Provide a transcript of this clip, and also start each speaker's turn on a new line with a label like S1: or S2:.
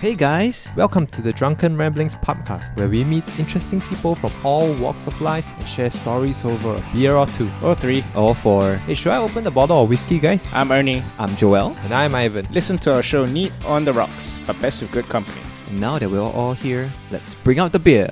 S1: Hey guys, welcome to the Drunken Ramblings podcast, where we meet interesting people from all walks of life and share stories over a beer or two.
S2: Or three.
S3: Or four.
S1: Hey, should I open the bottle of whiskey, guys?
S2: I'm Ernie.
S3: I'm Joel.
S1: And I'm Ivan.
S2: Listen to our show Neat on the Rocks, but best with good company.
S3: And now that we're all here, let's bring out the beer.